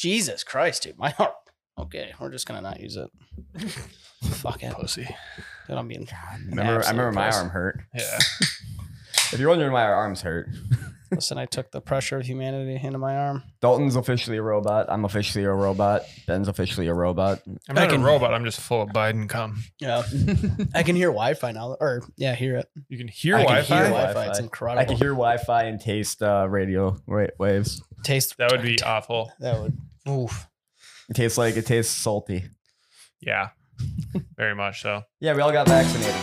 Jesus Christ, dude. My heart. Okay, we're just gonna not use it. Fuck it. Pussy. Dude, I'm being. Remember, I remember my arm hurt. Yeah. If you're wondering why our arms hurt, Listen, I took the pressure of humanity into my arm. Dalton's officially a robot. I'm officially a robot. Ben's officially a robot. I'm I not can- a robot. I'm just full of Biden cum. Yeah, I can hear Wi-Fi now, or yeah, hear it. You can hear I can Wi hear Fi. Wi-Fi. It's incredible. I can hear Wi-Fi and taste uh, radio wa- waves. taste. That would be awful. That would. Oof. It tastes like it tastes salty. Yeah. Very much so. Yeah, we all got vaccinated.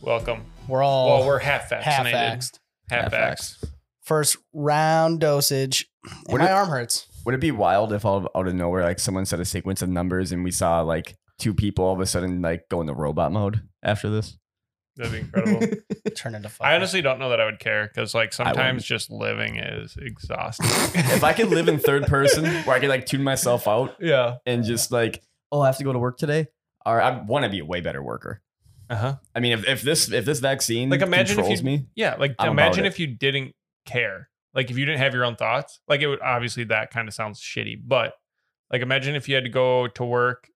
Welcome. We're Oh, all well, we're half half vaccinated. Half, axed. vaxxed. First round dosage. And What my do- arm hurts. Would it be wild if all of- out of nowhere, like someone said a sequence of numbers and we saw like two people all of a sudden like go into robot mode after this? That'd be incredible. Turn into. I fucking- honestly don't know that I would care because, like, wouldn't. sometimes just living is exhausting. if I could live in third person where I could like tune myself out yeah. and just like, oh, I have to go to work today. Or I want to be a way better worker. Uh huh. I mean, if, if this if this vaccine Like, imagine if controls you- me, Yeah. Like, I'm about imagine it. if you didn't care. Like, if you didn't have your own thoughts. Like, it would obviously that kind of sounds shitty, but like, imagine if you had to go to work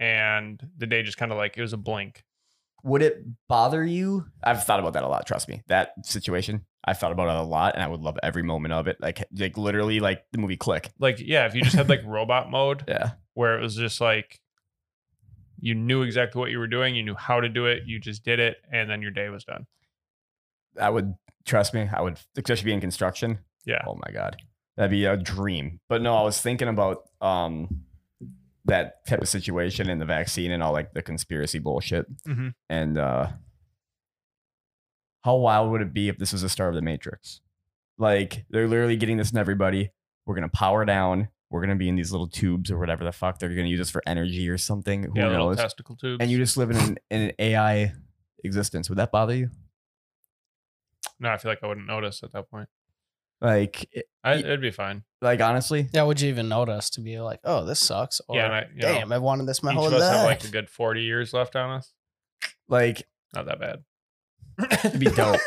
and the day just kind of like it was a blink. would it bother you? I've thought about that a lot. Trust me, that situation. I've thought about it a lot, and I would love every moment of it. Like, like literally, like the movie Click. Like, yeah, if you just had like robot mode Yeah, where it was just like you knew exactly what you were doing, you knew how to do it, you just did it, and then your day was done. I would trust me. I would, especially being in construction. Yeah. Oh my god, that'd be a dream. But no, I was thinking about um that type of situation and the vaccine and all like the conspiracy bullshit. Mhm. And uh how wild would it be if this was the start of the Matrix? Like they're literally getting this in everybody. We're gonna power down. We're gonna be in these little tubes or whatever the fuck they're gonna use us for energy or something. Who yeah, little knows? testicle tubes. And you just live in an, in an AI existence. Would that bother you? no, I feel like I wouldn't notice at that point. Like, it- I, Ye- it'd be fine. like honestly, Yeah, would you even notice to be like, oh, this sucks? Or, yeah, and I, you know, damn, I've wanted this my each whole of us life. have like a good forty years left on us. like Not that bad. It'd be dope.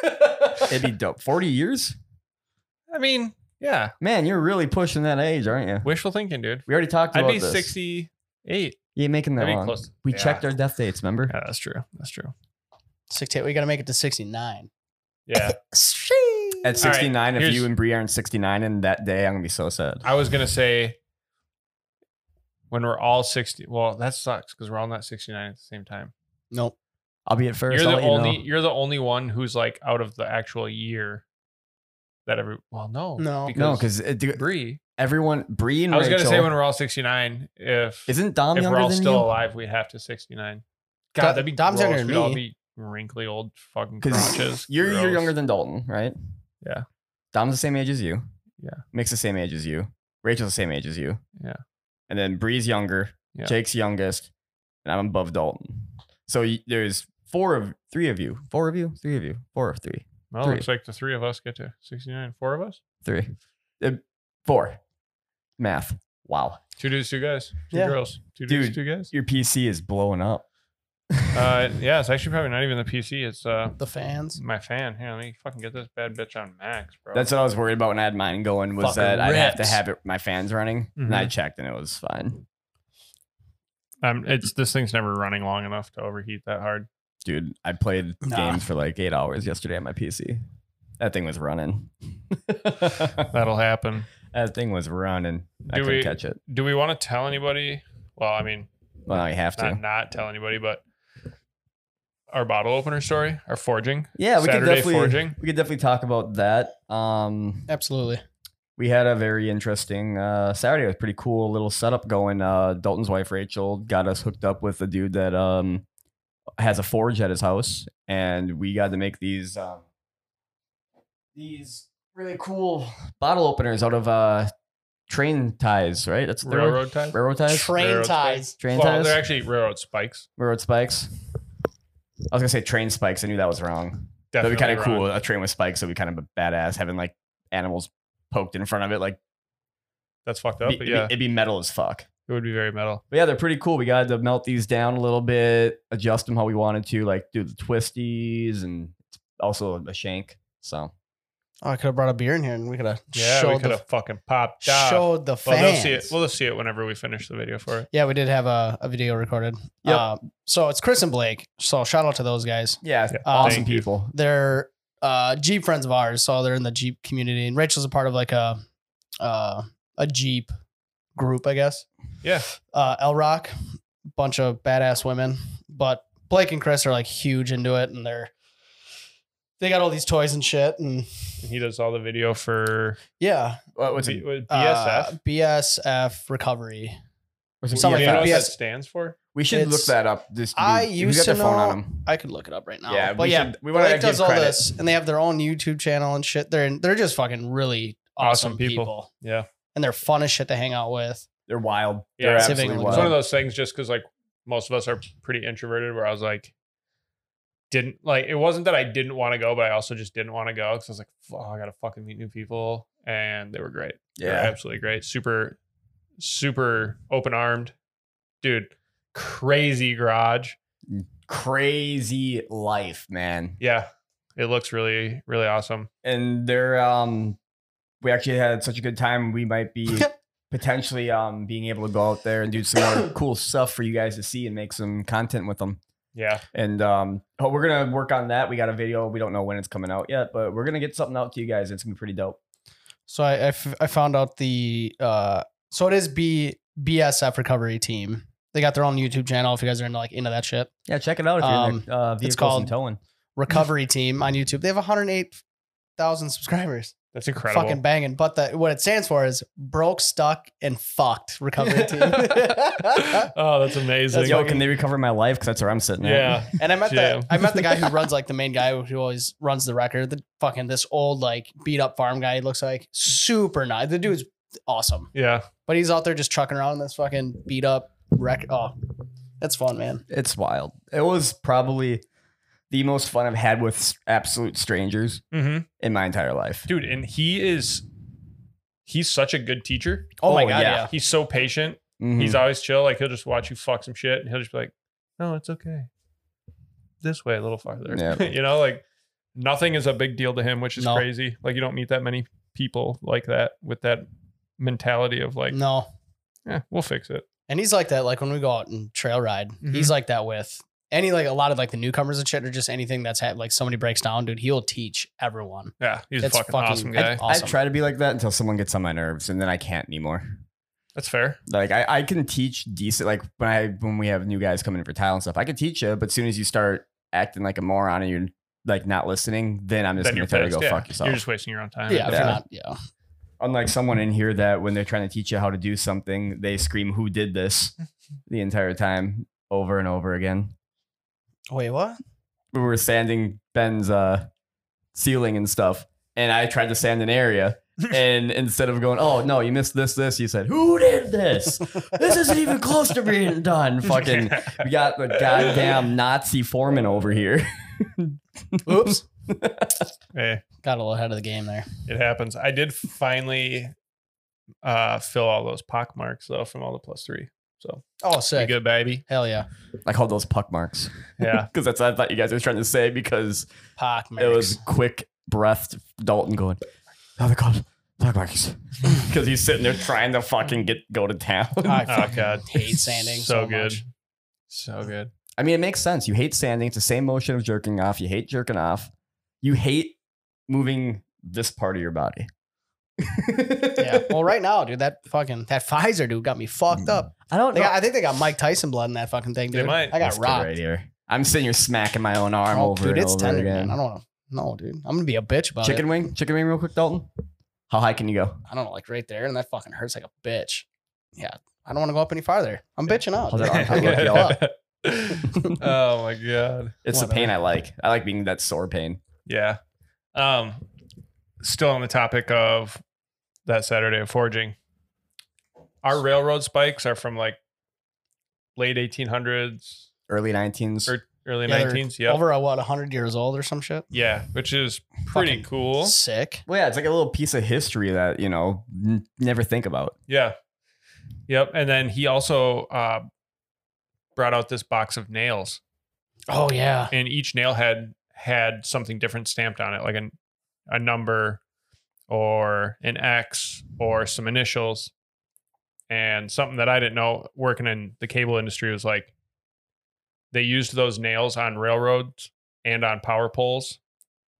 It'd be dope. 40 years? I mean, yeah, Man, you're really pushing that age, aren't you? wishful thinking, dude. We already talked I'd about be this. sixty-eight. You ain't making that That'd be long. close. We Yeah. checked our death dates, remember? Yeah, that's true. That's true. 68. We got to make it to 69. Yeah, At All right, 69, if here's- you and Brie aren't 69 and that day, I'm going to be so sad. I was gonna say when we're all sixty. Well, that sucks because we're all not sixty-nine at the same time. Nope. I'll be at 1st you're I'll the let you only know. you're the only one who's like out of the actual year that every well no No. No, because Bree everyone, Brie and I was Rachel, gonna say when we're all 69 if isn't Dom if younger we're all than still you? alive we'd have to 69 God Dom- that'd be Dom's gross. younger than we'd all me. be wrinkly old fucking crotches Because you're, you're Gross. younger than Dalton, right? Yeah. Dom's the same age as you. Yeah. Mick's the same age as you. Rachel's the same age as you. Yeah. And then Bree's younger. Yeah. Jake's youngest. And I'm above Dalton. So y- there's four of three of you. Four of you? Three of you. Four of three. well Three. looks like the three of us get to 69 four of us Three. Uh, four. Math. Wow. two dudes two guys two Yeah. girls two dudes Dude. two guys Your PC is blowing up. uh yeah it's actually probably not even the PC it's uh The fans. my fan here let me fucking get this bad bitch on max bro That's what I was worried about when I had mine going was Fucking that I'd have to ripped. have it my fans running. And I Mhm. checked and it was fine. um it's this thing's never running long enough to overheat that hard Dude, I played Nah. games for like eight hours yesterday on my PC. That thing was running. that that'll happen thing was running. I Do couldn't we- catch it. do we want to tell anybody? Well, I mean, Well, now you have to. not not tell anybody, but our bottle opener story, our forging, yeah, we could Saturday definitely forging. we could definitely talk about that. Um, Absolutely. we had a very interesting uh, Saturday. It was pretty cool little setup going. Uh, Dalton's wife Rachel got us hooked up with a dude that um, has a forge at his house, and we got to make these um, these really cool bottle openers out of uh, train ties, right? That's what they're- railroad ties. railroad ties, Train Railroad ties. train well, ties, they're actually railroad spikes. railroad spikes. I was gonna say train spikes. I knew that was wrong. That'd be kind of Definitely cool. wrong. A train with spikes. That'd be kind of badass. Having like animals poked in front of it, like That's fucked up. be- But it'd, yeah, be, it'd be metal as fuck. it would be very metal. But yeah, they're pretty cool. We got to melt these down a little bit, adjust them how we wanted to, like do the twisties and also a shank. So Oh, I could have brought a beer in here and we could have Yeah, we showed, could the, have fucking popped off. showed the well, fans. they'll see it. Well, they'll see it whenever we finish the video for it. yeah, we did have a, a video recorded. Yep. Uh, so it's Chris and Blake. So shout out to those guys. Um, yeah, Yeah. awesome Thank you. people. they're uh, Jeep friends of ours, so they're in the Jeep community. And Rachel's a part of like a uh, a Jeep group, I guess. Yeah. Uh, El Rock, bunch of badass women, but Blake and Chris are like huge into it, and they're they got all these toys and shit, and And he does all the video for yeah, What- What's B- it? with uh, BSF. BSF recovery. What's it? something like Do you know that. what that BS stands for? We should look It's- that up. This I if you used got to their phone know- on them. I could look it up right now. Yeah, but we yeah, should- we wanna Blake give does all credit. this, and they have their own YouTube channel and shit. They're they're just fucking really awesome, Awesome people. people, Yeah. and they're fun as shit to hang out with. They're wild. Yeah. They're See if they absolutely can wild. It's one of those things just because like most of us are pretty introverted where I was like, didn't like it wasn't that I didn't want to go, but I also just didn't want to go because I was like, "Fuck, I gotta fucking meet new people. And they were great. They were yeah. absolutely great. Super, super open armed. Dude, crazy garage. Crazy life, man. Yeah. It looks really, really awesome. and they're um we actually had such a good time we might be potentially um being able to go out there and do some more cool stuff for you guys to see and make some content with them Yeah. and um oh, we're gonna work on that we got a video we don't know when it's coming out yet but we're gonna get something out to you guys it's gonna be pretty dope So I I f- I found out the uh so it is B BSF recovery team. They got their own YouTube channel if you guys are into like into that shit. yeah check it out if you're in the, Um, uh, vehicles it's and called- towing Recovery team on YouTube. They have 108,000 subscribers. That's incredible. Fucking banging. But the what it stands for is broke, stuck, and fucked recovery team. oh, that's amazing. That's yo fucking- can they recover my life because that's where i'm sitting at. yeah. and I met Jam. the I met the guy who runs like the main guy who always runs the record. The fucking this old like beat up farm guy. He looks like super nice. The dude's awesome. Yeah. But he's out there just trucking around in this fucking beat up wreck. Oh, that's fun, man. it's wild it was probably the most fun i've had with s- absolute strangers Mm-hmm. in my entire life Dude, and he is he's such a good teacher. Oh, my Oh, god, yeah. yeah. He's so patient. Mhm. He's always chill. Like he'll just watch you fuck some shit and he'll just be like, No, it's okay. This way a little farther. Mm-hmm. Yeah. you know, like nothing is a big deal to him, which is No. crazy. Like you don't meet that many people like that with that mentality of like, No, yeah, we'll fix it. and he's like that. Like when we go out and trail ride, Mm-hmm. he's like that with any like a lot of like the newcomers and shit, or just anything that's had like somebody breaks down, dude. He'll teach everyone. Yeah, he's That's a fucking, fucking- awesome guy. that's I awesome. try to be like that until someone gets on my nerves, and then I can't anymore. That's fair. Like I, I can teach decent. Like when I when we have new guys coming in for tile and stuff, I can teach you. But as soon as you start acting like a moron and you're like not listening, then I'm just Then gonna you're tell you to pissed, go yeah. fuck yourself. You're just wasting your own time. Yeah, if you're Yeah. not, yeah. Unlike someone in here that when they're trying to teach you how to do something, they scream "Who did this?" the entire time over and over again. Wait, what? we were sanding Ben's uh, ceiling and stuff, and I tried to sand an area. And instead of going, oh no, you missed this, this, you said, who did this? This isn't even close to being done. Fucking, we got the goddamn Nazi foreman over here. Oops, Hey. got a little ahead of the game there. It happens. I did finally uh fill all those pock marks though from all the plus three. So Oh, you sick. good, baby. Hell yeah, I called those puck marks Yeah. because that's what I thought you guys were trying to say because Pac. it was quick breathed Dalton going, oh, they're called puck marks because he's sitting there trying to fucking get go to town. I Oh, fucking God. hate sanding so, So good. much. so good. I mean, it makes sense. You hate sanding. It's the same motion of jerking off. You hate jerking off. You hate moving this part of your body. Yeah. Well, right now, dude, that fucking that Pfizer dude got me fucked up. I don't They know. got, I think they got Mike Tyson blood in that fucking thing, They dude. might. I got This kid rocked. right here. I'm sitting here smacking my own arm Oh, over dude, and it's over tender, again. man. I don't know. No, dude. I'm gonna be a bitch about Chicken it. wing, chicken wing, real quick, Dalton. How high can you go? I don't know, like right there, and that fucking hurts like a bitch. Yeah. I don't want to go up any farther. I'm bitching out. How's that arm? I'm gonna go up. oh my god. It's the Whatever. pain I like. I like being that sore pain. Yeah. Um still on the topic of that Saturday of forging. Our railroad spikes are from like late 1800s, Early 19s. Er, or early Yeah, they're 19s. Yeah. Over at what, 100 years old or some shit? yeah, which is pretty Fucking cool. Sick. Well, yeah, it's like a little piece of history that, you know, n- never think about. Yeah. Yep. And then he also uh, brought out this box of nails, Oh, yeah. and each nail had had something different stamped on it, like an a number or an X or some initials. And something that I didn't know working in the cable industry was like they used those nails on railroads and on power poles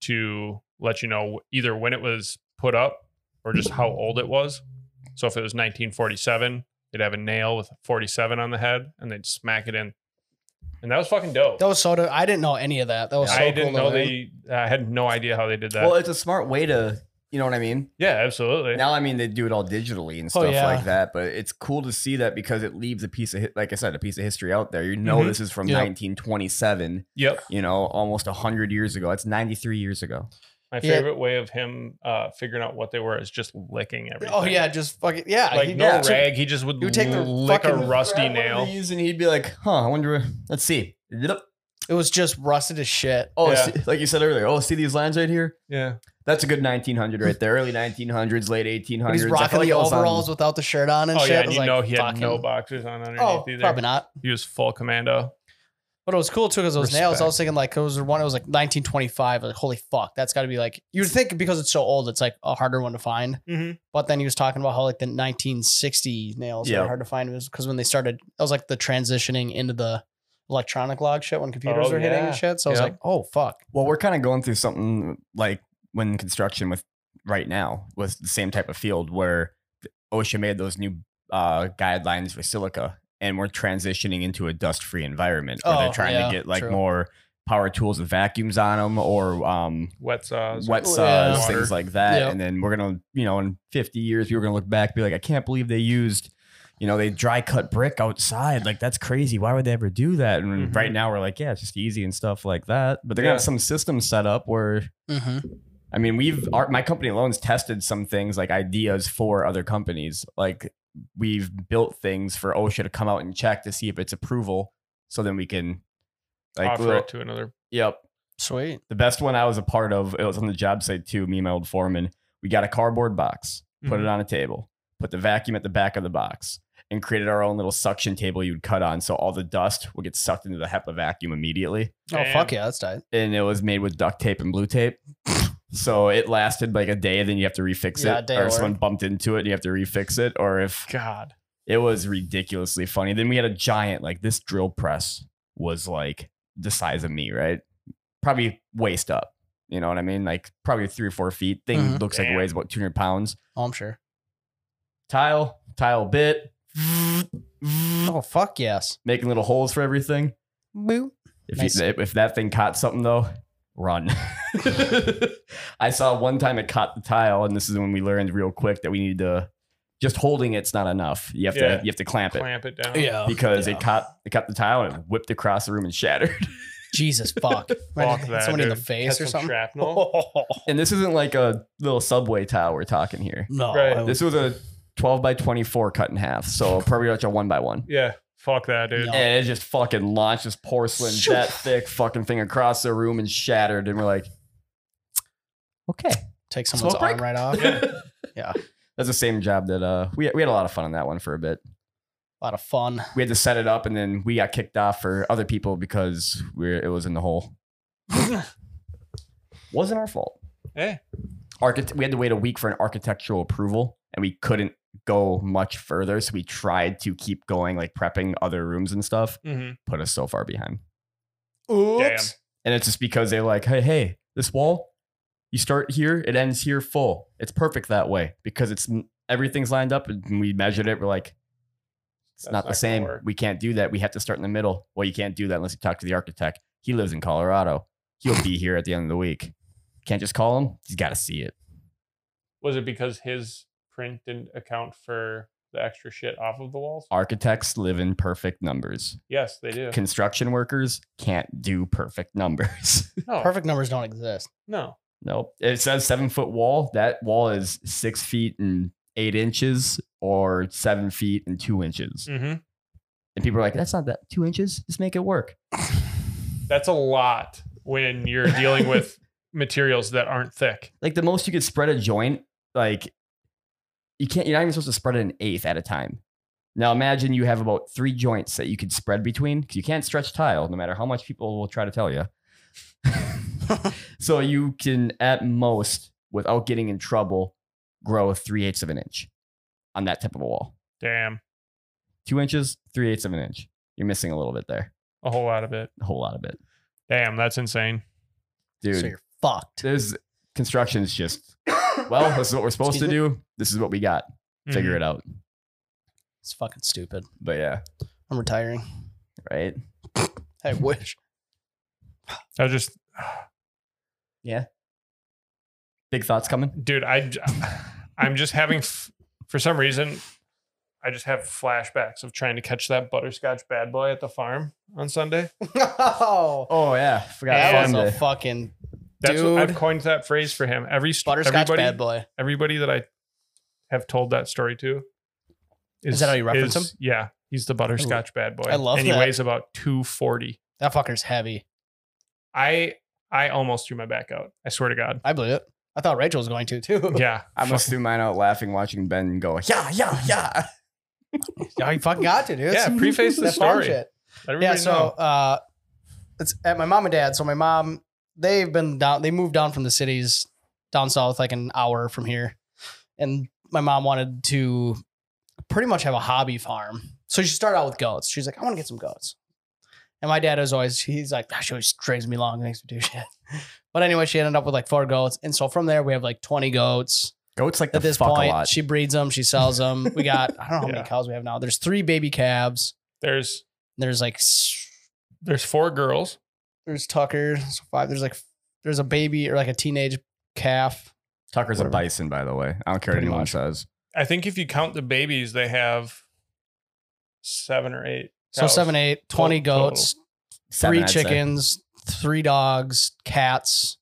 to let you know either when it was put up or just how old it was. So if it was 1947, they'd have a nail with 47 on the head and they'd smack it in. And that was fucking dope. That was so dope. I didn't know any of that. That was so I didn't cool know to learn. they, I had no idea how they did that. Well, it's a smart way to, you know what I mean? yeah, absolutely. Now, I mean, they do it all digitally and Oh, stuff yeah. like that, but it's cool to see that because it leaves a piece of, hi- like I said, a piece of history out there. You know, Mhm. this is from Yeah. 1927, yep. you know, almost 100 years ago. That's 93 years ago. My Yeah. favorite way of him uh, figuring out what they were is just licking everything. Oh, yeah. Just fucking, yeah. Like he- no yeah. rag, he just would You take the lick a fucking- rusty Grab one of nail. these and he'd be like, huh, I wonder, let's see. Yep. It was just rusted as shit. Oh, Yeah. see- like you said earlier, oh, see these lines right here? Yeah. That's a good 1900 right there. Early 1900s, late 1800s. But he's I feel rocking like the I was on- overalls without the shirt on and Oh shit. yeah, I and was you like, know he had no fucking- boxers on underneath Oh, either. probably not. He was full commando. But it was cool too because those nails. I Respect. was thinking like it was one. It was like 1925. Like holy fuck, that's got to be like you'd think because it's so old, it's like a harder one to find. Mhm. But then he was talking about how like the 1960 nails Yeah. are hard to find because when they started, that was like the transitioning into the electronic log shit when computers Oh, were hitting yeah. and shit. So I was Yeah. like, oh fuck, Well, we're kind of going through something like when construction with right now with the same type of field where OSHA made those new uh, guidelines for silica, and we're transitioning into a dust-free environment where Oh, they're trying yeah, to get like true. more power tools with vacuums on them or um, Wet saws. wet Yeah. saws, things like that. Yep. And then we're gonna, you know, in 50 years, we were gonna look back, and be like, I can't believe they used, you know, they dry cut brick outside. Like that's crazy. Why would they ever do that? And Mhm. right now we're like, yeah, it's just easy and stuff like that. But they're gonna Yeah. have some system set up where, mm-hmm. I mean, we've our, my company alone's tested some things like ideas for other companies. Like we've built things for OSHA to come out and check to see if it's approval, so then we can, like, offer we'll- it to another. yep, sweet. the best one I was a part of, it was on the job site too, me and my old foreman. We got a cardboard box, put it Mm-hmm. Mhm. on a table, put the vacuum at the back of the box, and created our own little suction table you'd cut on. So all the dust would get sucked into the HEPA vacuum immediately. Oh fuck yeah, that's tight. And it was made with duct tape and blue tape. so it lasted like a day, then you have to refix Yeah, a it. day Or of someone work. bumped into it and you have to refix it. Or if God. it was ridiculously funny. Then we had a giant, like this drill press was like the size of me, right? Probably waist up. You know what I mean? Like probably three or four feet. Thing Mhm. looks like Damn. it weighs about 200 pounds. Oh, I'm sure. Tile, tile bit, Oh fuck yes. making little holes for everything. Boo. If, Nice. you, if that thing caught something though, run. I saw one time it caught the tile, and this is when we learned real quick that we need to just holding it's not enough. You have Yeah. to you have to clamp it. Clamp it down. Yeah. because Oh, Yeah. it caught it caught the tile and it whipped across the room and shattered. Jesus fuck. Fuck Hit that. Somebody in the dude. face Catch or some something. Shrapnel. And this isn't like a little subway tile we're talking here. No. Right. I This was a 12 by 24 cut in half, so probably like a one by one. yeah. Fuck that, dude. No. And it just fucking launched this porcelain Shoo. that thick fucking thing across the room and shattered. And we're like, okay, take someone's Smoke arm right break? off. Yeah. that's the same job that uh we we had a lot of fun on that one for a bit. A lot of fun. We had to set it up, and then we got kicked off for other people because we are it was in the hole. Wasn't our fault. Eh. architect we had to wait a week for an architectural approval and we couldn't go much further so we tried to keep going like prepping other rooms and stuff Mhm. put us so far behind Oops. and it's just because they're like hey hey this wall you start here it ends here full it's perfect that way because it's everything's lined up and we measured it we're like it's That's not gonna the same work. we can't do that we have to start in the middle well you can't do that unless you talk to the architect he lives in colorado he'll be here at the end of the week can't just call him he's got to see it Was it because his print didn't account for the extra shit off of the walls? Oh, architects live in perfect numbers Yes, they do. construction workers can't do perfect numbers. no, Perfect numbers don't exist. No. nope. It says seven foot wall. That wall is six feet and eight inches or seven feet and two inches. Mm-hmm. And people are like, that's not that two inches. Just make it work. That's a lot when you're dealing with materials that aren't thick. Like the most you could spread a joint, like you can't. You're not even supposed to spread it an eighth at a time. Now imagine you have about three joints that you could spread between because you can't stretch tile, no matter how much people will try to tell you. so you can, at most, without getting in trouble, grow three eighths of an inch on that type of a wall. Damn, Two inches, three eighths of an inch. You're missing a little bit there, a whole lot of it. a whole lot of it, Damn, that's insane. dude. So you're fucked. there's construction's just well this is what we're supposed Excuse Mm-hmm. to do this is what we got Mm-hmm. figure it out It's fucking stupid. but yeah I'm retiring. right I wish. I was just, big thoughts coming dude, I, j- I'm just having, f- for some reason, I just have flashbacks of trying to catch that butterscotch bad boy at the farm on Sunday. oh, oh yeah forgot that was Sunday. a fucking That's what I've Dude. coined that phrase for him. Every st- butterscotch everybody, bad boy. everybody that I have told that story to. Is that how you reference him? Yeah, he's the butterscotch bad boy. I love And he that. weighs about two forty. That fucker's heavy. I I almost threw my back out. I swear to God. I blew it. I thought Rachel was going to too. Yeah, i almost threw mine out laughing watching ben go yeah yeah yeah Yeah, you fucking got to, dude. Yeah, preface the That farm story. shit. Let everybody yeah so know. uh it's at my mom and dad so my mom they've been down they moved down from the cities down south like an hour from here and my mom wanted to pretty much have a hobby farm so she started out with goats she's like i want to get some goats and my dad is always he's like "Ah, she always drags me along and makes me do shit but anyway she ended up with like four goats and so from there we have like 20 goats goats like the at this fuck a point lot she breeds them she sells them we got i don't know how Yeah. many cows we have now there's three baby calves There's there's like s- there's four girls. there's Tucker. So five. There's like there's a baby or like a teenage calf. tucker's Whatever. a bison by the way i don't care what Pretty anyone much. says I think if you count the babies, they have seven or eight. So seven, eight, 20 Total. goats, Seven, three I'd say. chickens, three dogs, cats.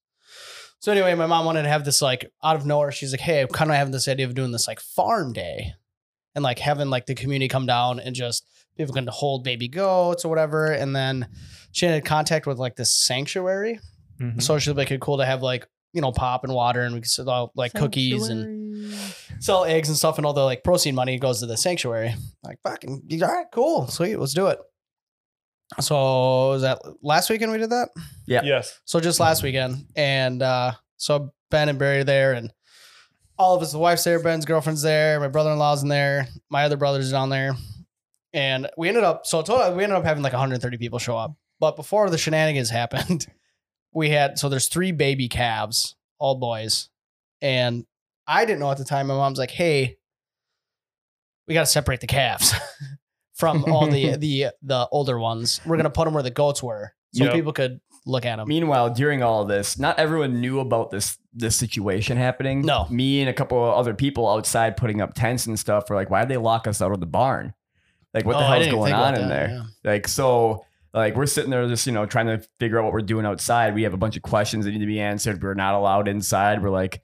So anyway, my mom wanted to have this like out of nowhere. She's like, "Hey, I'm kind of having this idea of doing this like farm day, and like having like the community come down and just people can hold baby goats or whatever." And then she had contact with like this sanctuary, Mm-hmm. so she'd be like, "Cool to have like you know pop and water, and we could sell like cookies and sell eggs and stuff, and all the like proceed money goes to the sanctuary. Like fucking, all right, cool, sweet, let's do it. So was that last weekend we did that? Yeah. Yes. So just last weekend, and uh, so Ben and Barry are there, and all of us, the wife's there, Ben's girlfriend's there, my brother-in-law's in there, my other brother's down there, and we ended up. So total, we ended up having like 130 people show up. But before the shenanigans happened, we had so there's three baby calves, all boys, and I didn't know at the time. My mom's like, "Hey, we got to separate the calves." From all the the the older ones, we're gonna put them where the goats were, so Yep. people could look at them. Meanwhile, during all of this, not everyone knew about this this situation happening. No. me and a couple of other people outside putting up tents and stuff were like, "Why did they lock us out of the barn? Like, what the hell hell is going on in there? Like, so." Like we're sitting there, just you know, trying to figure out what we're doing outside. We have a bunch of questions that need to be answered. We're not allowed inside. We're like,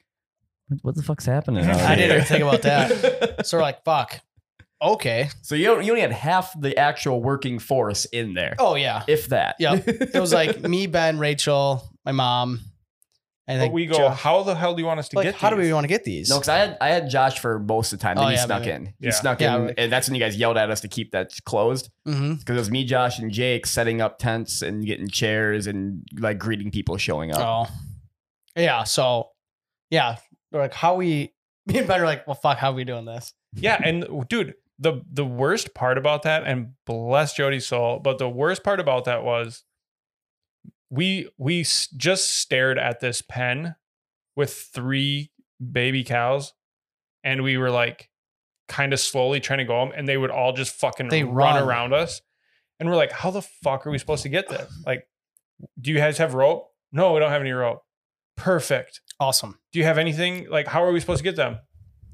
"What- "What the fuck's happening?" out I didn't here?" even think about that. So we're like, fuck. Okay. so you don't- you only had half the actual working force in there, Oh yeah. if that. Yeah. It was like me, Ben, Rachel, my mom, and But then we go. Joe. How the hell do you want us to like, get? how do we these? want to get these? No, because I had I had Josh for most of the time. Then Oh, he yeah, snuck maybe. in. He Yeah. snuck Yeah, in, right. and that's when you guys yelled at us to keep that closed Mhm. because it was me, Josh, and Jake setting up tents and getting chairs and like greeting people showing up. Oh. Yeah. So, yeah, we're like, how we? Me and Ben are like, well, fuck, how we doing this? Yeah, and dude, the the worst part about that, and bless Jody's soul, but the worst part about that was we we s- just stared at this pen with three baby cows, and we were like kind of slowly trying to go home, and they would all just fucking They run, run. around us, and we're like, how the fuck are we supposed to get there? Like, do you guys have rope? No, we don't have any rope. Perfect. Awesome. Do you have anything? Like, how are we supposed to get them?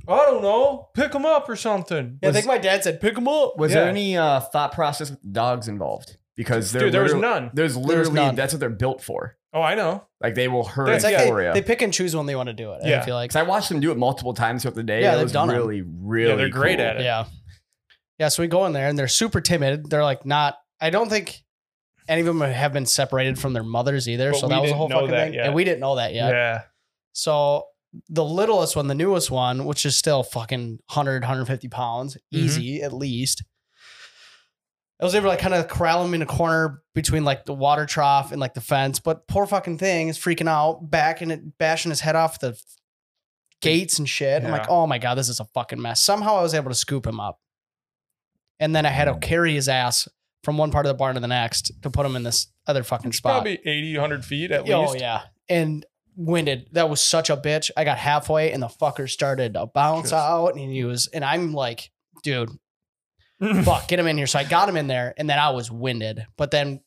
I don't know. Pick them up or something. Oh, Yeah, I think my dad said, pick them up. Was Yeah. there any uh, thought process with dogs involved? because they're Dude, there was literally- none. There's literally none. that's what they're built for. Oh, I know. Like they will hurl That's It's at like Yeah. they, Gloria. they pick and choose when they want to do it. I Yeah. feel like. Because I watched them do it multiple times throughout the day. Yeah, Yeah, they've it was done 'em. really, really. they're great cool. at it. Yeah. Yeah. So we go in there and they're super timid. They're like not, I don't think any of them have been separated from their mothers either. But so we that was a didn't whole know fucking that thing. yet. And we didn't know that yet. Yeah. So the littlest one, the newest one, which is still fucking 100, 150 pounds, Mm-hmm. easy at least. I was able to like kind of corral him in a corner between like the water trough and like the fence, but poor fucking thing is freaking out, backing it, bashing his head off the gates and shit. I'm like, Yeah. oh my god, this is a fucking mess. Somehow I was able to scoop him up, and then I had to Mm. carry his ass from one part of the barn to the next to put him in this other fucking It's spot. probably 80, 100 feet at Oh least. yeah, and winded. That was such a bitch. I got halfway and the fucker started to bounce Just- out, and he was, and I'm like, dude, fuck, get him in here. So I got him in there, and then I was winded. But then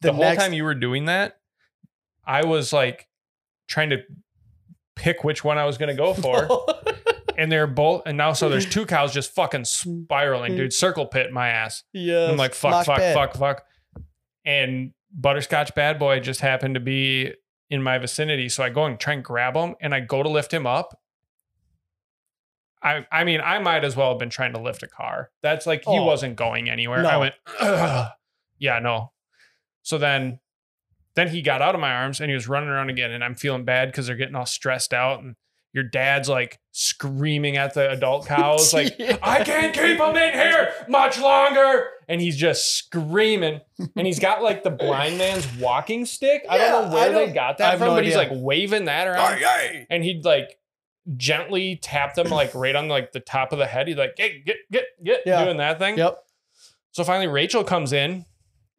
the, the, whole next, time you were doing that, I was like trying to pick which one I was going to go for. and they're both, and now, so there's two cows just fucking Mm. spiraling, dude, circle pit my ass. yeah, I'm like, fuck, fuck, fuck, fuck. And Butterscotch Bad Boy just happened to be in my vicinity. So I go and try and grab him and I go to lift him up. I, I mean, I might as well have been trying to lift a car. That's like, he Oh. wasn't going anywhere. No. I went, "Ugh." yeah, no. So then, then he got out of my arms and he was running around again. And I'm feeling bad because they're getting all stressed out. And your dad's like screaming at the adult cows, like, I can't keep him in here much longer. And he's just screaming. And he's got like the blind man's walking stick. I don't Yeah, know where I they don't- got I that have from, no but he's like idea. waving that around. And he'd like gently tap them like right on like the top of the head. He'd like, hey, get, get, get, Yeah. doing that thing. Yep. So finally Rachel comes in.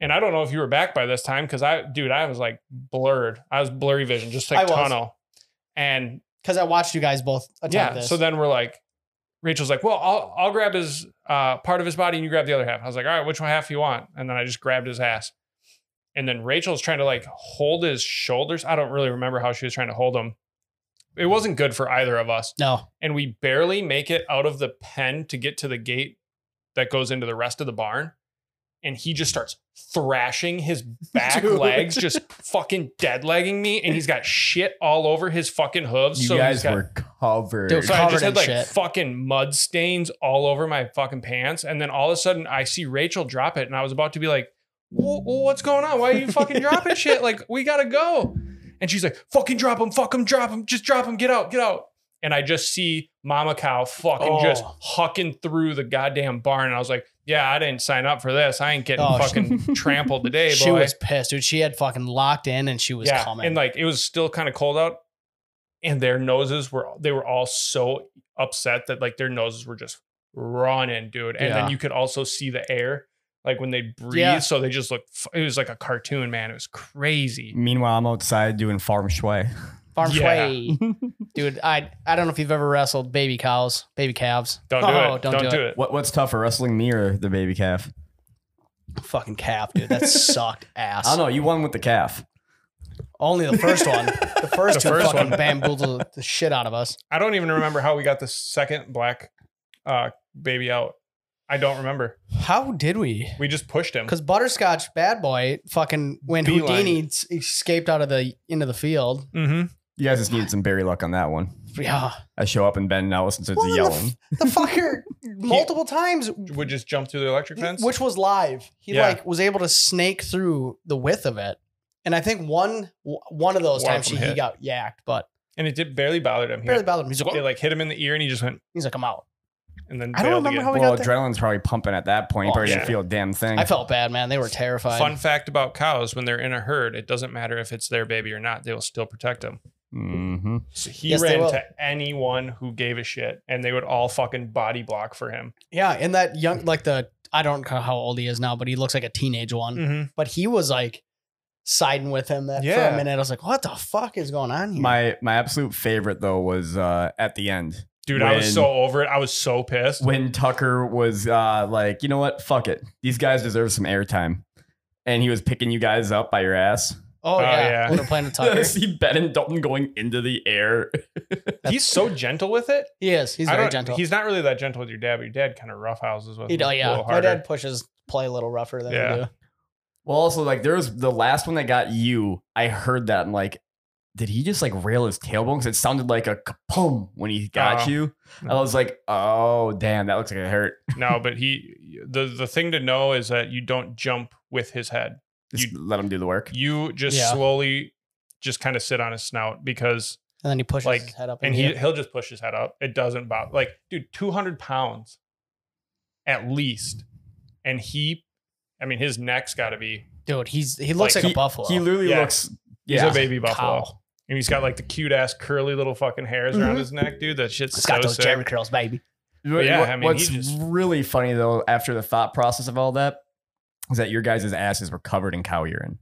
And I don't know if you were back by this time because I, dude, I was like blurred. I was blurry vision, just I like was. tunnel. And Because I watched you guys both attempt yeah. this. So then we're like, Rachel's like, well, I'll I'll grab his uh, part of his body and you grab the other half. I was like, all right, which one half you want? And then I just grabbed his ass. And then Rachel's trying to like hold his shoulders. I don't really remember how she was trying to hold him. It wasn't good for either of us. no, And we barely make it out of the pen to get to the gate that goes into the rest of the barn. And he just starts thrashing his back Dude. legs, just fucking dead legging me. And he's got shit all over his fucking hooves. You so he's guys got, were covered. Dude, so I covered just had in like shit. fucking mud stains all over my fucking pants. And then all of a sudden I see Rachel drop it and I was about to be like, "Wha- what's going on? Why are you fucking dropping shit? Like, we gotta go. And she's like, fucking drop him, fuck him, drop him, just drop him, get out, get out. And I just see Mama Cow fucking Oh. just hucking through the goddamn barn. And I was like, yeah, I didn't sign up for this. I ain't getting Oh, she- fucking trampled today, boy. she was pissed, dude. She had fucking locked in, and she was coming. And like it was still kind of cold out, and their noses were they were all so upset that like their noses were just running, dude. And Yeah. then you could also see the air like when they breathe, Yeah. so they just look. It was like a cartoon, man. It was crazy. Mm. Meanwhile, I'm outside doing farm shui. Farm Yeah. Shui. dude. I I don't know if you've ever wrestled baby cows, baby calves. Don't do Oh, it. Don't, do it. What what's tougher, wrestling me or the baby calf? fucking calf, dude. That sucked ass. I don't know. You won with the calf. Only the first one. The first two The first fucking one. bamboozled the shit out of us. I don't even remember how we got the second black uh, baby out. I don't remember. How did we? We just pushed him. Because butterscotch bad boy fucking when Beeline. Houdini s- escaped out of the into the field. Mm-hmm. You guys just needed some berry luck on that one. Yeah, I show up and Ben now listens to Well, the yelling. the fucker multiple times, Would just jump through the electric fence. which was live. He Yeah. like was able to snake through the width of it, and I think one w- one of those One of times he, them he hit. got yacked, but and it did barely bothered him. He- barely bothered him. He's like, they "Oh." like hit him in the ear, and he just went he's like, I'm out. and then. I don't bailed remember again. how we well, got there. adrenaline's probably pumping at that point. You Oh, probably yeah. didn't feel a damn thing. I felt bad, man. They were terrified. Fun fact about cows: when they're in a herd, it doesn't matter if it's their baby or not; they will still protect them. hmm So he Yes, they ran will. to anyone who gave a shit, and they would all fucking body block for him. Yeah, and that young, like the I don't know how old he is now, but he looks like a teenage Mm-hmm. one. But he was like siding with him that for Yeah. a minute. I was like, what the fuck is going on here? My my absolute favorite though was uh, at the end Dude, I was When- so over it. I was so pissed. when Tucker was uh, like, you know what, fuck it, these guys deserve some airtime, and he was picking you guys up by your ass. oh, Oh, yeah, yeah. when they're playing with I Tucker. see Ben and Dalton going into the air. he's so gentle with it. he is. He's I very don't- gentle. He's not really that gentle with your dad, but your dad kind of roughhouses with he, him. oh, a yeah, little my harder. dad pushes play a little rougher than we Yeah. do. Well, also like there was the last one that got you. I heard that. I'm like, did he just like rail his tailbone? Because it sounded like a kapum when he got Oh. you. I was like, oh damn, that looks like it hurt. no, but he the the thing to know is that you don't jump with his head. Just let him do the work. You just Yeah. slowly just kind of sit on his snout because And then he pushes Like, his head up and you he hit- he'll just push his head up. It doesn't bother. Like, dude, two hundred pounds, at least, and he, I mean, his neck's got to be. dude, he's he looks like, Like, a buffalo. He literally Yeah. looks. He's Yeah, a baby buffalo, Cow. and he's got like the cute ass curly little fucking hairs around Mm-hmm. Mhm. his neck, dude. That shit's He's so got those sick. Jerry curls, baby. What- yeah, what- I mean, he what's just- really funny though, after the thought process of all that, is that your guys' asses were covered in cow urine.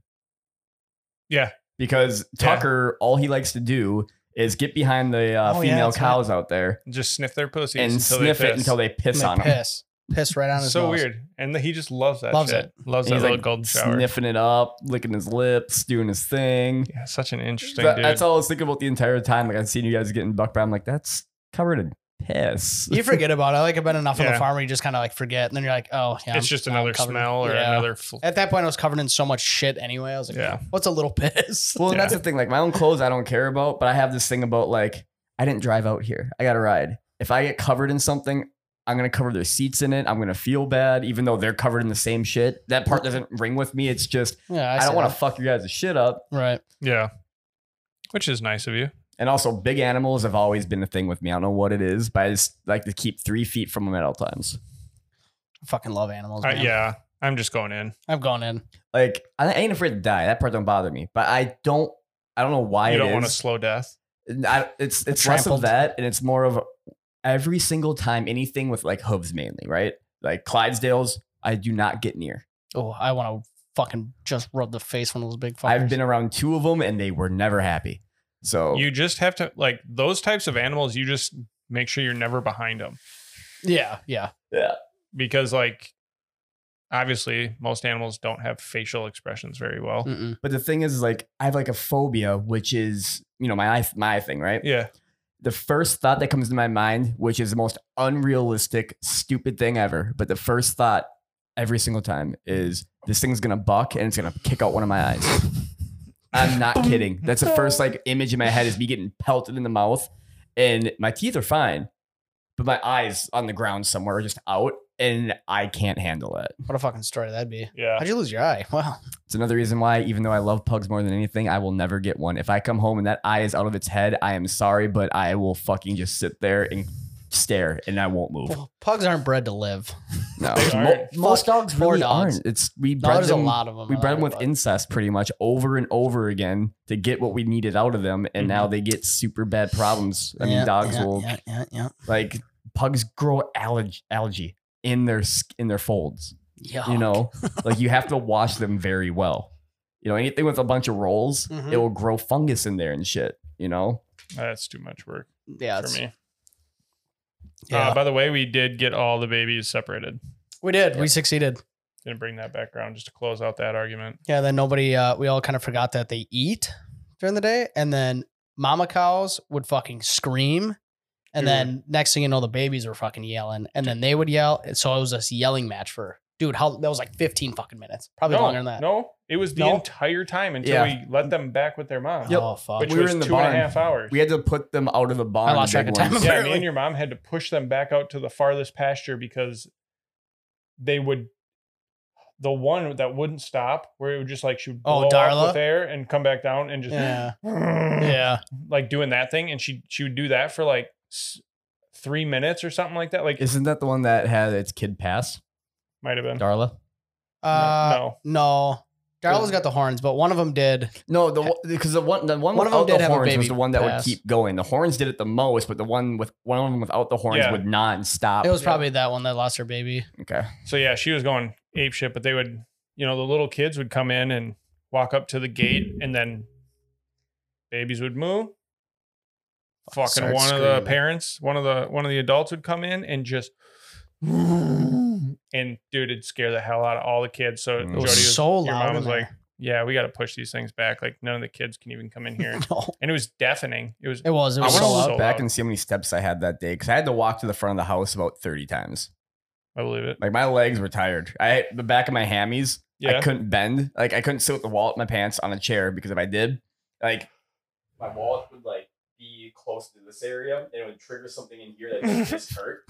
Yeah. Because Yeah. Tucker, all he likes to do is get behind the uh, Oh, yeah, female that's right. cows out there Just sniff their pussies and until sniff they it until they piss They on him. piss. Piss right on his so nose. weird, and he just loves that. Loves shit. Loves And that he's little like golden shower. sniffing it up, licking his lips, doing his thing. Yeah, such an interesting That- dude. that's all I was thinking about the entire time. Like I've seen you guys getting bucked by. I'm like, that's covered in piss. You forget about it. Like I've been enough on the Yeah. farm where you just kind of like forget, and then you're like, oh yeah. it's I'm- just now I'm another covered in- smell or Yeah. another. Fl- At that point, I was covered in so much shit anyway. I was like, Yeah. what's a little piss? Well, and Yeah. that's the thing. Like my own clothes, I don't care about, but I have this thing about like I didn't drive out here. I got to ride. If I get covered in something, I'm gonna cover their seats in it. I'm gonna feel bad, even though they're covered in the same shit. That part doesn't ring with me. It's just yeah, I, don't want to fuck your guys' shit up. to. Right. yeah, which is nice of you. And also, big animals have always been a thing with me. I don't know what it is, but I just like to keep three feet from them at all times. I fucking love animals. Uh, man. yeah, I'm just going in. I've gone in. Like I ain't afraid to die. That part don't bother me. But I don't. I don't know why you it don't want a is. slow death. I, it's it's less of Trampled. that, and it's more of every single time anything with like hooves mainly, right? Like Clydesdales, I do not get near. Oh, I want to fucking just rub the face one of those big fuckers. I've been around two of them, and they were never happy. So You just have to like those types of animals. You just make sure you're never behind them Yeah, yeah. yeah, because like obviously most animals don't have facial expressions very well. Mm-mm. but the thing is, like I have like a phobia, which is you know my eye my eye thing, right? Yeah, The first thought that comes to my mind, which is the most unrealistic, stupid thing ever, but the first thought every single time is this thing's gonna buck and it's gonna kick out one of my eyes. I'm not kidding. That's the first like image in my head is me getting pelted in the mouth, and my teeth are fine, but my eyes on the ground somewhere are just out, and I can't handle it. What a fucking story that'd be. yeah. How'd you lose your eye? Wow. It's another reason why, even though I love pugs more than anything, I will never get one. If I come home and that eye is out of its head, I am sorry, but I will fucking just sit there and stare, and I won't move. Well, pugs aren't bred to live. No, They aren't. Most dogs really more dogs. aren't. It's we No, bred there's a them. lot of them. We out bred there, them with but- incest pretty much over and over again to get what we needed out of them, and now they get super bad problems. I mean, Mm-hmm. Yeah, dogs yeah, will Yeah, yeah, yeah. like pugs grow algae, algae in their sk- in their folds. You Yuck. know, like you have to wash them very well. You know, anything with a bunch of rolls, Mhm. it will grow fungus in there and shit. You know, That's too much work Yeah, for it's- me. yeah. Uh, by the way, we did get all the babies separated. we did. Yeah. We succeeded. Gonna bring that back around just to close out that argument. Yeah, then nobody, uh, we all kind of forgot that they eat during the day. And then mama cows would fucking scream. And Dude. then next thing you know, the babies were fucking yelling. And then they would yell. And So it was this yelling match for, dude, how that was like 15 fucking minutes. Probably no, longer than that. no, it was the No? entire time until Yeah. we let them back with their mom, Oh, fuck. which We were was in the two and a half barn. hours. we had to put them out of the barn. I lost the track big of time. ones. Yeah, Apparently. me and your mom had to push them back out to the farthest pasture because they would. The one that wouldn't stop, where it would just like she would blow Oh, oh, Darla? up with air and come back down and just yeah. yeah. like doing that thing, and she she would do that for like s- three minutes or something like that. Like it Isn't that the one that had its kid pass, might have been Darla? Uh, no. no. Darla's got the horns, but one of them did. No, the because the one the one, One of them without did the have a horns was baby the one that pass. would keep going. The horns did it the most, but the one with one of them without the horns Yeah. would non-stop. It was Yeah. probably that one that lost her baby. okay. So yeah, she was going ape shit, but they would, you know, the little kids would come in and walk up to the gate, and then babies would moo. Fucking Start one of screaming. the parents, one of the one of the adults would come in and just, and dude, it'd scare the hell out of all the kids. So Mm. Jody It was was, so your loud. mom in was there. like, "Yeah, we got to push these things back. Like none of the kids can even come in here." no. and it was deafening. It was It was. It I was want so to loud. look loud. back and see how many steps I had that day because I had to walk to the front of the house about 30 times. I believe it. Like my legs were tired. I the back of my hammies Yeah. I couldn't bend. Like I couldn't sit with the wallet in my pants on a chair because if I did, like my wallet would like be close to this area and it would trigger something in here that would just hurt.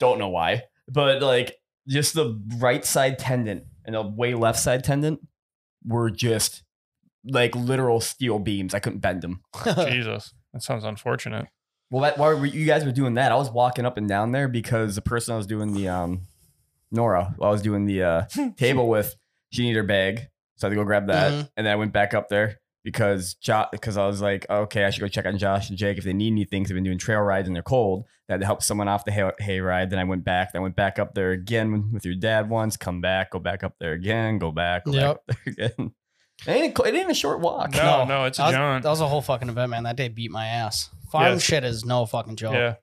Don't know why, but like just the right side tendon and the way left side tendon were just like literal steel beams. I couldn't bend them. Jesus, that sounds unfortunate. Well, that, why were you guys were doing that? I was walking up and down there because the person I was doing the um, Nora, who I was doing the uh, table with, she needed her bag, so I had to go grab that, Mhm. and then I went back up there because Josh, because I was like, okay, I should go check on Josh and Jake if they need anything. Cause they've been doing trail rides and they're cold. That helped someone off the hay, hay ride. Then I went back. Then I went back up there again with, with your dad once. Come back, go back up there again. Go back, go Yep. back up there again. It ain't, a, it ain't a short walk. No, no, it's a that was, John. That was a whole fucking event, man. That day beat my ass. Farm Yes. shit is no fucking joke. Yeah,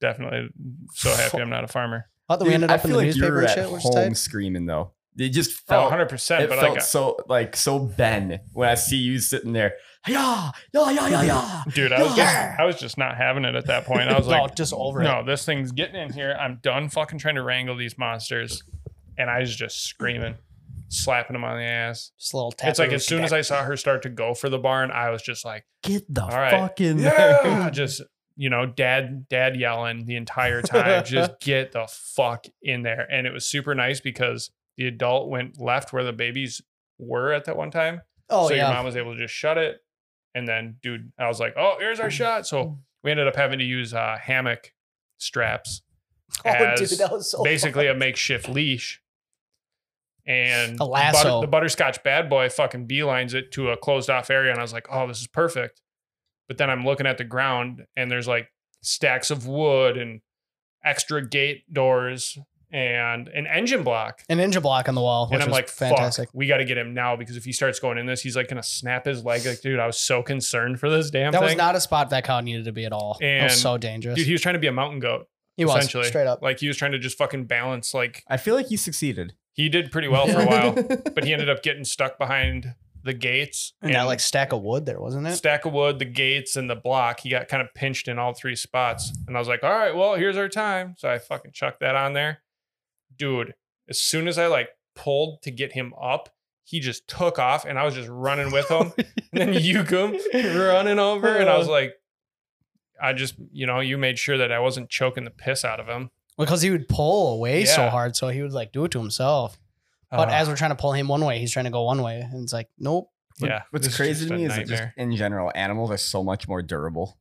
definitely. So happy I'm not a farmer. I thought we Dude, ended I up in feel the like you newspaper were and at shit, which is home tight. screaming though. It just Oh, felt 100 percent. it But felt like, so like so Ben when I see you sitting there. Yeah, yeah, yeah, yeah, yeah. uh, dude, I was just, Yeah. I was just not having it at that point. I was No, like, just over it. no, this thing's getting in here. I'm done fucking trying to wrangle these monsters, and I was just screaming, slapping them on the ass. Just a little tap. it's like as soon as I saw her start to go for the barn, I was just like, Get the All right. fuck in yeah, there. just you know, dad, dad yelling the entire time, just get the fuck in there. And it was super nice because the adult went left where the babies were at that one time. Oh so your yeah. mom was able to just shut it. And then, dude, I was like, oh, here's Mm-hmm. our shot. So we ended up having to use uh, hammock straps, Oh, dude, as that was so basically fun. a makeshift leash. And A the lasso. the butterscotch bad boy fucking beelines it to a closed off area. And I was like, oh, this is perfect. But then I'm looking at the ground and there's like stacks of wood and extra gate doors and an engine block an ninja block on the wall, which and I'm was like, fantastic. fuck, we got to get him now because if he starts going in this, he's like gonna snap his leg. Like, dude, I was so concerned for this damn That thing. was not a spot that cow needed to be at all. it And- was so dangerous. dude, he was trying to be a mountain goat. he was essentially. straight up. Like he was trying to just fucking balance. Like I feel like you succeeded he did pretty well for a while, but he ended up getting stuck behind the gates and that like stack of wood there, wasn't it? stack of wood, the gates, and the block. He got kind of pinched in all three spots. And I was like, all right, well, here's our time. So I fucking chucked that on there. Dude, as soon as I like pulled to get him up, he just took off and I was just running with him. and then you come running over. And I was Uh. like, I just, you know, you made sure that I wasn't choking the piss out of him. because he would pull away so Yeah. hard, so he would like do it to himself. But Uh, as we're trying to pull him one way, he's trying to go one way, and it's like, nope, yeah, What's this is crazy just to a me is that just nightmare. in general, animals are so much more durable.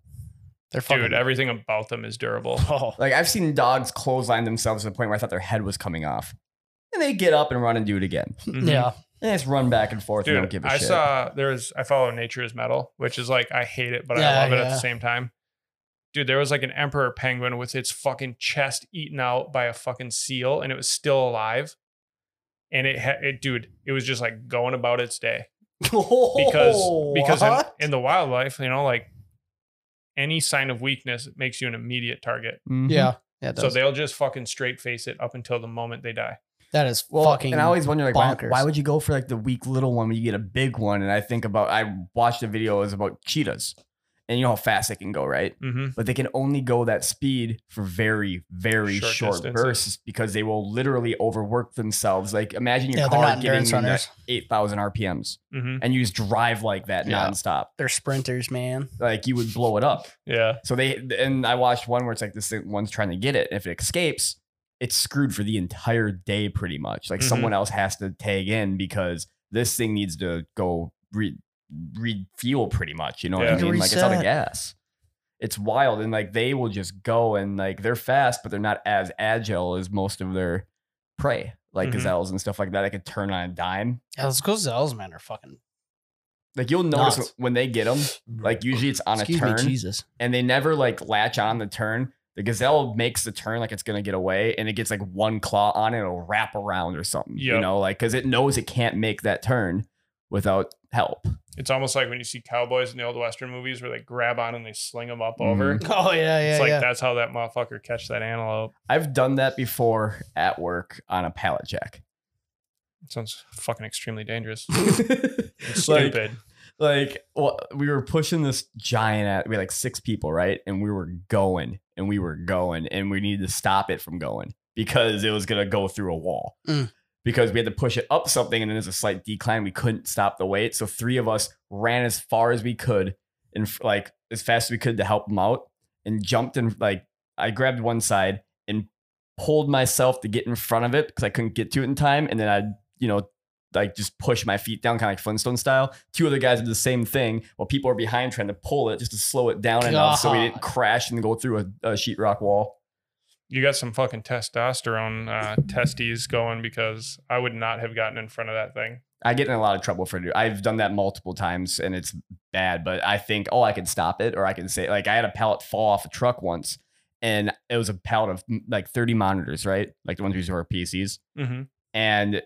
they're fucking. dude, everything about them is durable. oh, Like I've seen dogs clothesline themselves to the point where I thought their head was coming off. And they get up and run and do it again. Mhm. yeah, And they just run back and forth and don't give a I shit. saw there was I follow Nature is Metal, which is like I hate it, but Yeah, I love it at yeah. the same time. Dude, there was like an emperor penguin with its fucking chest eaten out by a fucking seal, and it was still alive. And it had it, dude. It was just like going about its day because because in, What? in the wildlife, you know, like any sign of weakness makes you an immediate target. Mhm. yeah, yeah, it So does. they'll just fucking straight face it up until the moment they die. that is Well, fucking. and I always wonder like why, bonkers. why would you go for like the weak little one when you get a big one? And I think about I watched a video it was about cheetahs, and you know how fast they can go, right? Mm-hmm. But they can only go that speed for very very Short short, distances. bursts because they will literally overwork themselves. Like imagine your yeah, they're car not getting endurance in runners. eight thousand RPMs, Mm-hmm. and you just drive like that Yeah. nonstop. They're sprinters, man. Like you would blow it up. Yeah. So they and I watched one where it's like this thing, one's trying to get it. If it escapes, it's screwed for the entire day, pretty much. Like Mhm. someone else has to tag in because this thing needs to go re- refuel, pretty much. You know Yeah. what I To mean? Like it's out of reset. gas. It's wild, and like they will just go and like they're fast, but they're not as agile as most of their prey, like Mhm. gazelles and stuff like that. That could turn on a dime. Yeah, those gazelles, man, are fucking. Like you'll notice Nuts. when they get them. Like usually it's on a excuse turn me, Jesus. and they never like latch on the turn. The gazelle makes the turn like it's gonna get away, and it gets like one claw on it, it'll wrap around or something. You Yep. know, like because it knows it can't make that turn without help. It's almost like when you see cowboys in the old western movies where they grab on and they sling them up over. Oh yeah, yeah, it's like yeah. that's how that motherfucker catch that antelope. I've done that before at work on a pallet jack. It sounds fucking extremely dangerous. It's Like- stupid. like well, we were pushing this giant at we had like six people right and we were going and we were going and we needed to stop it from going because it was gonna go through a wall Mm. because we had to push it up something and then there's a slight decline. We couldn't stop the weight. So three of us ran as far as we could and f- like as fast as we could to help him out and jumped and like I grabbed one side and pulled myself to get in front of it because I couldn't get to it in time. And then I, you know, like just push my feet down, kind of like Flintstone style. Two other guys did the same thing while people are behind trying to pull it just to slow it down enough so we didn't God. crash and go through a, a sheetrock wall. You got some fucking testosterone uh, testes going because I would not have gotten in front of that thing. I get in a lot of trouble for it. I've done that multiple times and it's bad, but I think, oh, I can stop it or I can say, like, I had a pallet fall off a truck once and it was a pallet of mm, like 30 monitors, right? Like the ones we use for our PCs. Mm-hmm. and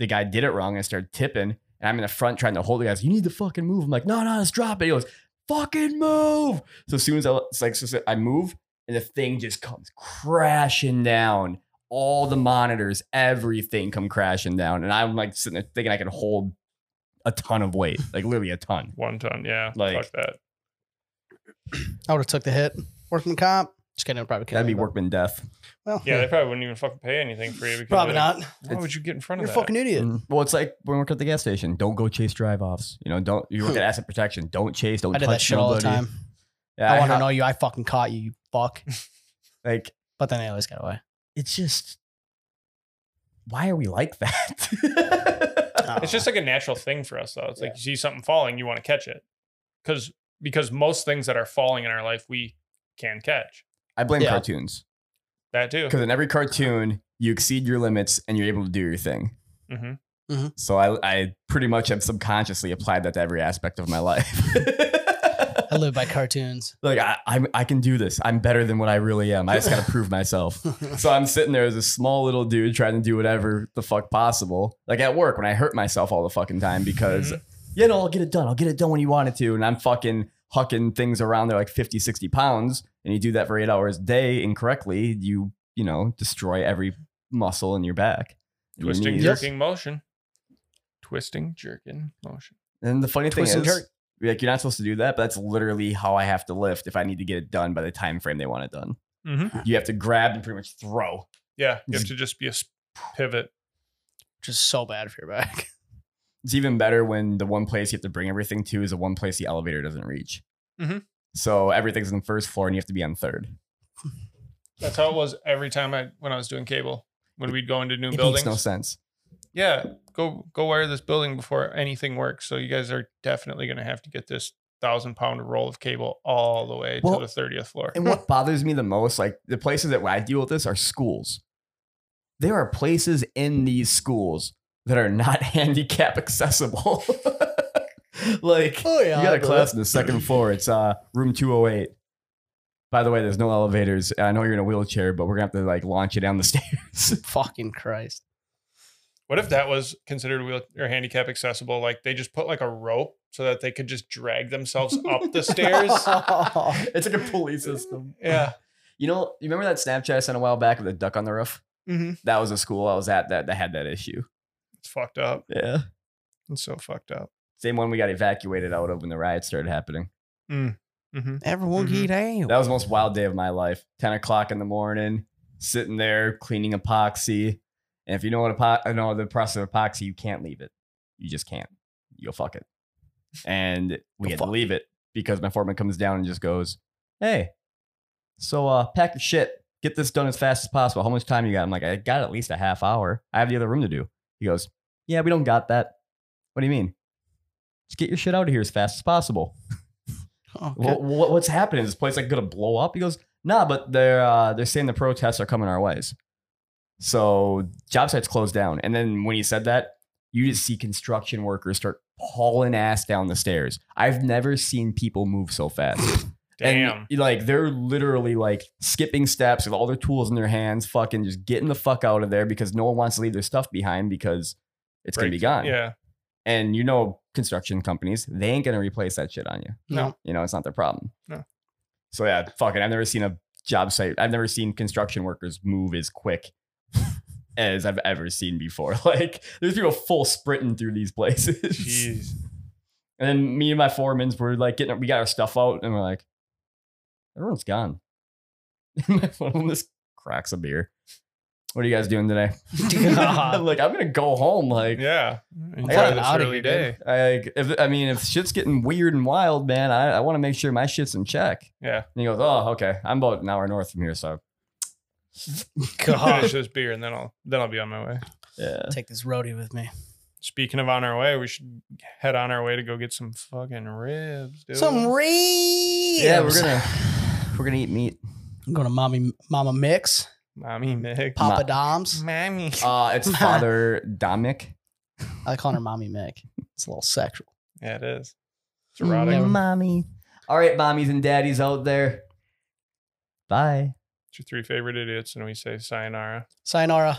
the guy did it wrong and started tipping. And I'm in the front trying to hold the guys. You need to fucking move. I'm like, no, no, let's drop it. He goes, fucking move. So as soon as I it's like, so- so I move, and the thing just comes crashing down. All the monitors, everything come crashing down, and I'm like sitting there thinking I could hold a ton of weight, like literally a ton. One ton, yeah. Like- fuck that. I would have took the hit. Workman comp. Just kidding. I'd probably kill That'd be him, but- workman death. Well, Yeah, they probably wouldn't even fucking pay anything for you. Because probably they're like, not. Why would you get in front You're a of that? fucking idiot. Mm. Well, it's like when we work at the gas station. Don't go chase drive offs. You know, don't you work at asset protection. Don't chase. Don't I did touch that shit all the nobody. time. Yeah, I, want to hop- know you. I fucking caught you, you fuck. Like But then I always got away. it's just why are we like that? It's just like a natural thing for us, though. It's like you see something falling, you want to catch it, because because most things that are falling in our life we can catch I blame Yeah. cartoons that too. because in every cartoon you exceed your limits and you're able to do your thing. hmm So I, I pretty much have subconsciously applied that to every aspect of my life. Oh. I live by cartoons. like I, I, I can do this. I'm better than what I really am. I just got to prove myself. So I'm sitting there as a small little dude trying to do whatever the fuck possible. Like at work when I hurt myself all the fucking time because, Mm-hmm. you know, I'll get it done. I'll get it done when you want it to. And I'm fucking hucking things around there like 50, 60 pounds. And you do that for eight hours a day incorrectly, you, you know, destroy every muscle in your back. and your Twisting, knees. jerking motion. Twisting, jerking motion. And the funny thing Twist is, and jerk. like you're not supposed to do that, but that's literally how I have to lift if I need to get it done by the time frame they want it done. Mm-hmm. You have to grab and pretty much throw. Yeah, you have to just be a s- pivot. Which is so bad for your back. it's even better when the one place you have to bring everything to is the one place the elevator doesn't reach. Mhm. So everything's on the first floor and you have to be on third. That's how it was every time I when I was doing cable when we'd go into new it buildings. makes no sense. yeah, go go wire this building before anything works. So you guys are definitely going to have to get this thousand pound roll of cable all the way Well, to the thirtieth floor. And what bothers me the most, like the places that I deal with this are schools. There are places in these schools that are not handicap accessible. like Oh yeah. you got a class in the second floor. It's uh room 208. By the way, there's no elevators. I know you're in a wheelchair, but we're gonna have to like launch you down the stairs. Fucking Christ. What if that was considered wheel or handicap accessible? Like they just put like a rope so that they could just drag themselves up the stairs. it's like a pulley system. Yeah. You know, you remember that Snapchat I sent a while back with the duck on the roof? Mm-hmm. That was a school I was at that, that had that issue. It's fucked up. Yeah. It's so fucked up. Same one we got evacuated out of when the riots started happening. Mm-hmm. Everyone Mhm. get out. That was the most wild day of my life. 10 o'clock in the morning, sitting there cleaning epoxy. And if you know what epo- uh, know the process of epoxy, you can't leave it. You just can't. You'll fuck it. And we You'll had to fuck leave it because my foreman comes down and just goes, Hey, so uh pack your shit. Get this done as fast as possible. How much time you got? I'm like, I got at least a half hour. I have the other room to do. He goes, Yeah, we don't got that. What do you mean? Just get your shit out of here as fast as possible Oh, good. what, what what's happening? Is this place like gonna blow up? He goes, nah, but they're uh, they're saying the protests are coming our ways. So job sites closed down. And then when he said that, you just see construction workers start hauling ass down the stairs. I've never seen people move so fast. Damn. And, like they're literally like skipping steps with all their tools in their hands, fucking just getting the fuck out of there because no one wants to leave their stuff behind because it's gonna be Breaks- gone. Yeah. And you know construction companies, they ain't gonna replace that shit on you. no. You know, it's not their problem. No. So yeah, fuck it. I've never seen a job site. I've never seen construction workers move as quick as I've ever seen before. Like there's people full sprinting through these places. Jeez. And then me and my foremans were like getting we got our stuff out and we're like, everyone's gone. my foreman just cracks a beer. What are you guys doing today? God. like, I'm gonna go home. Like, Yeah. I Enjoy got this outta early here, dude. day. I, like, if, I mean, if shit's getting weird and wild, man, I, I want to make sure my shit's in check. Yeah. And he goes, Oh, okay. I'm about an hour north from here, so Finish this beer and then I'll then I'll be on my way. yeah. Take this roadie with me. Speaking of on our way, we should head on our way to go get some fucking ribs, dude. Some ribs. Yeah, we're gonna we're gonna eat meat. I'm going to mommy, Mama Mix, mommy Mick. Papa Dom's. Mommy. Uh, it's Father Dominic. I call her Mommy Mick. It's a little sexual. Yeah, it is. It's Mm. erotic. Never- Mommy. All right, mommies and daddies out there. Bye. It's your three favorite idiots, and we say sayonara. Sayonara.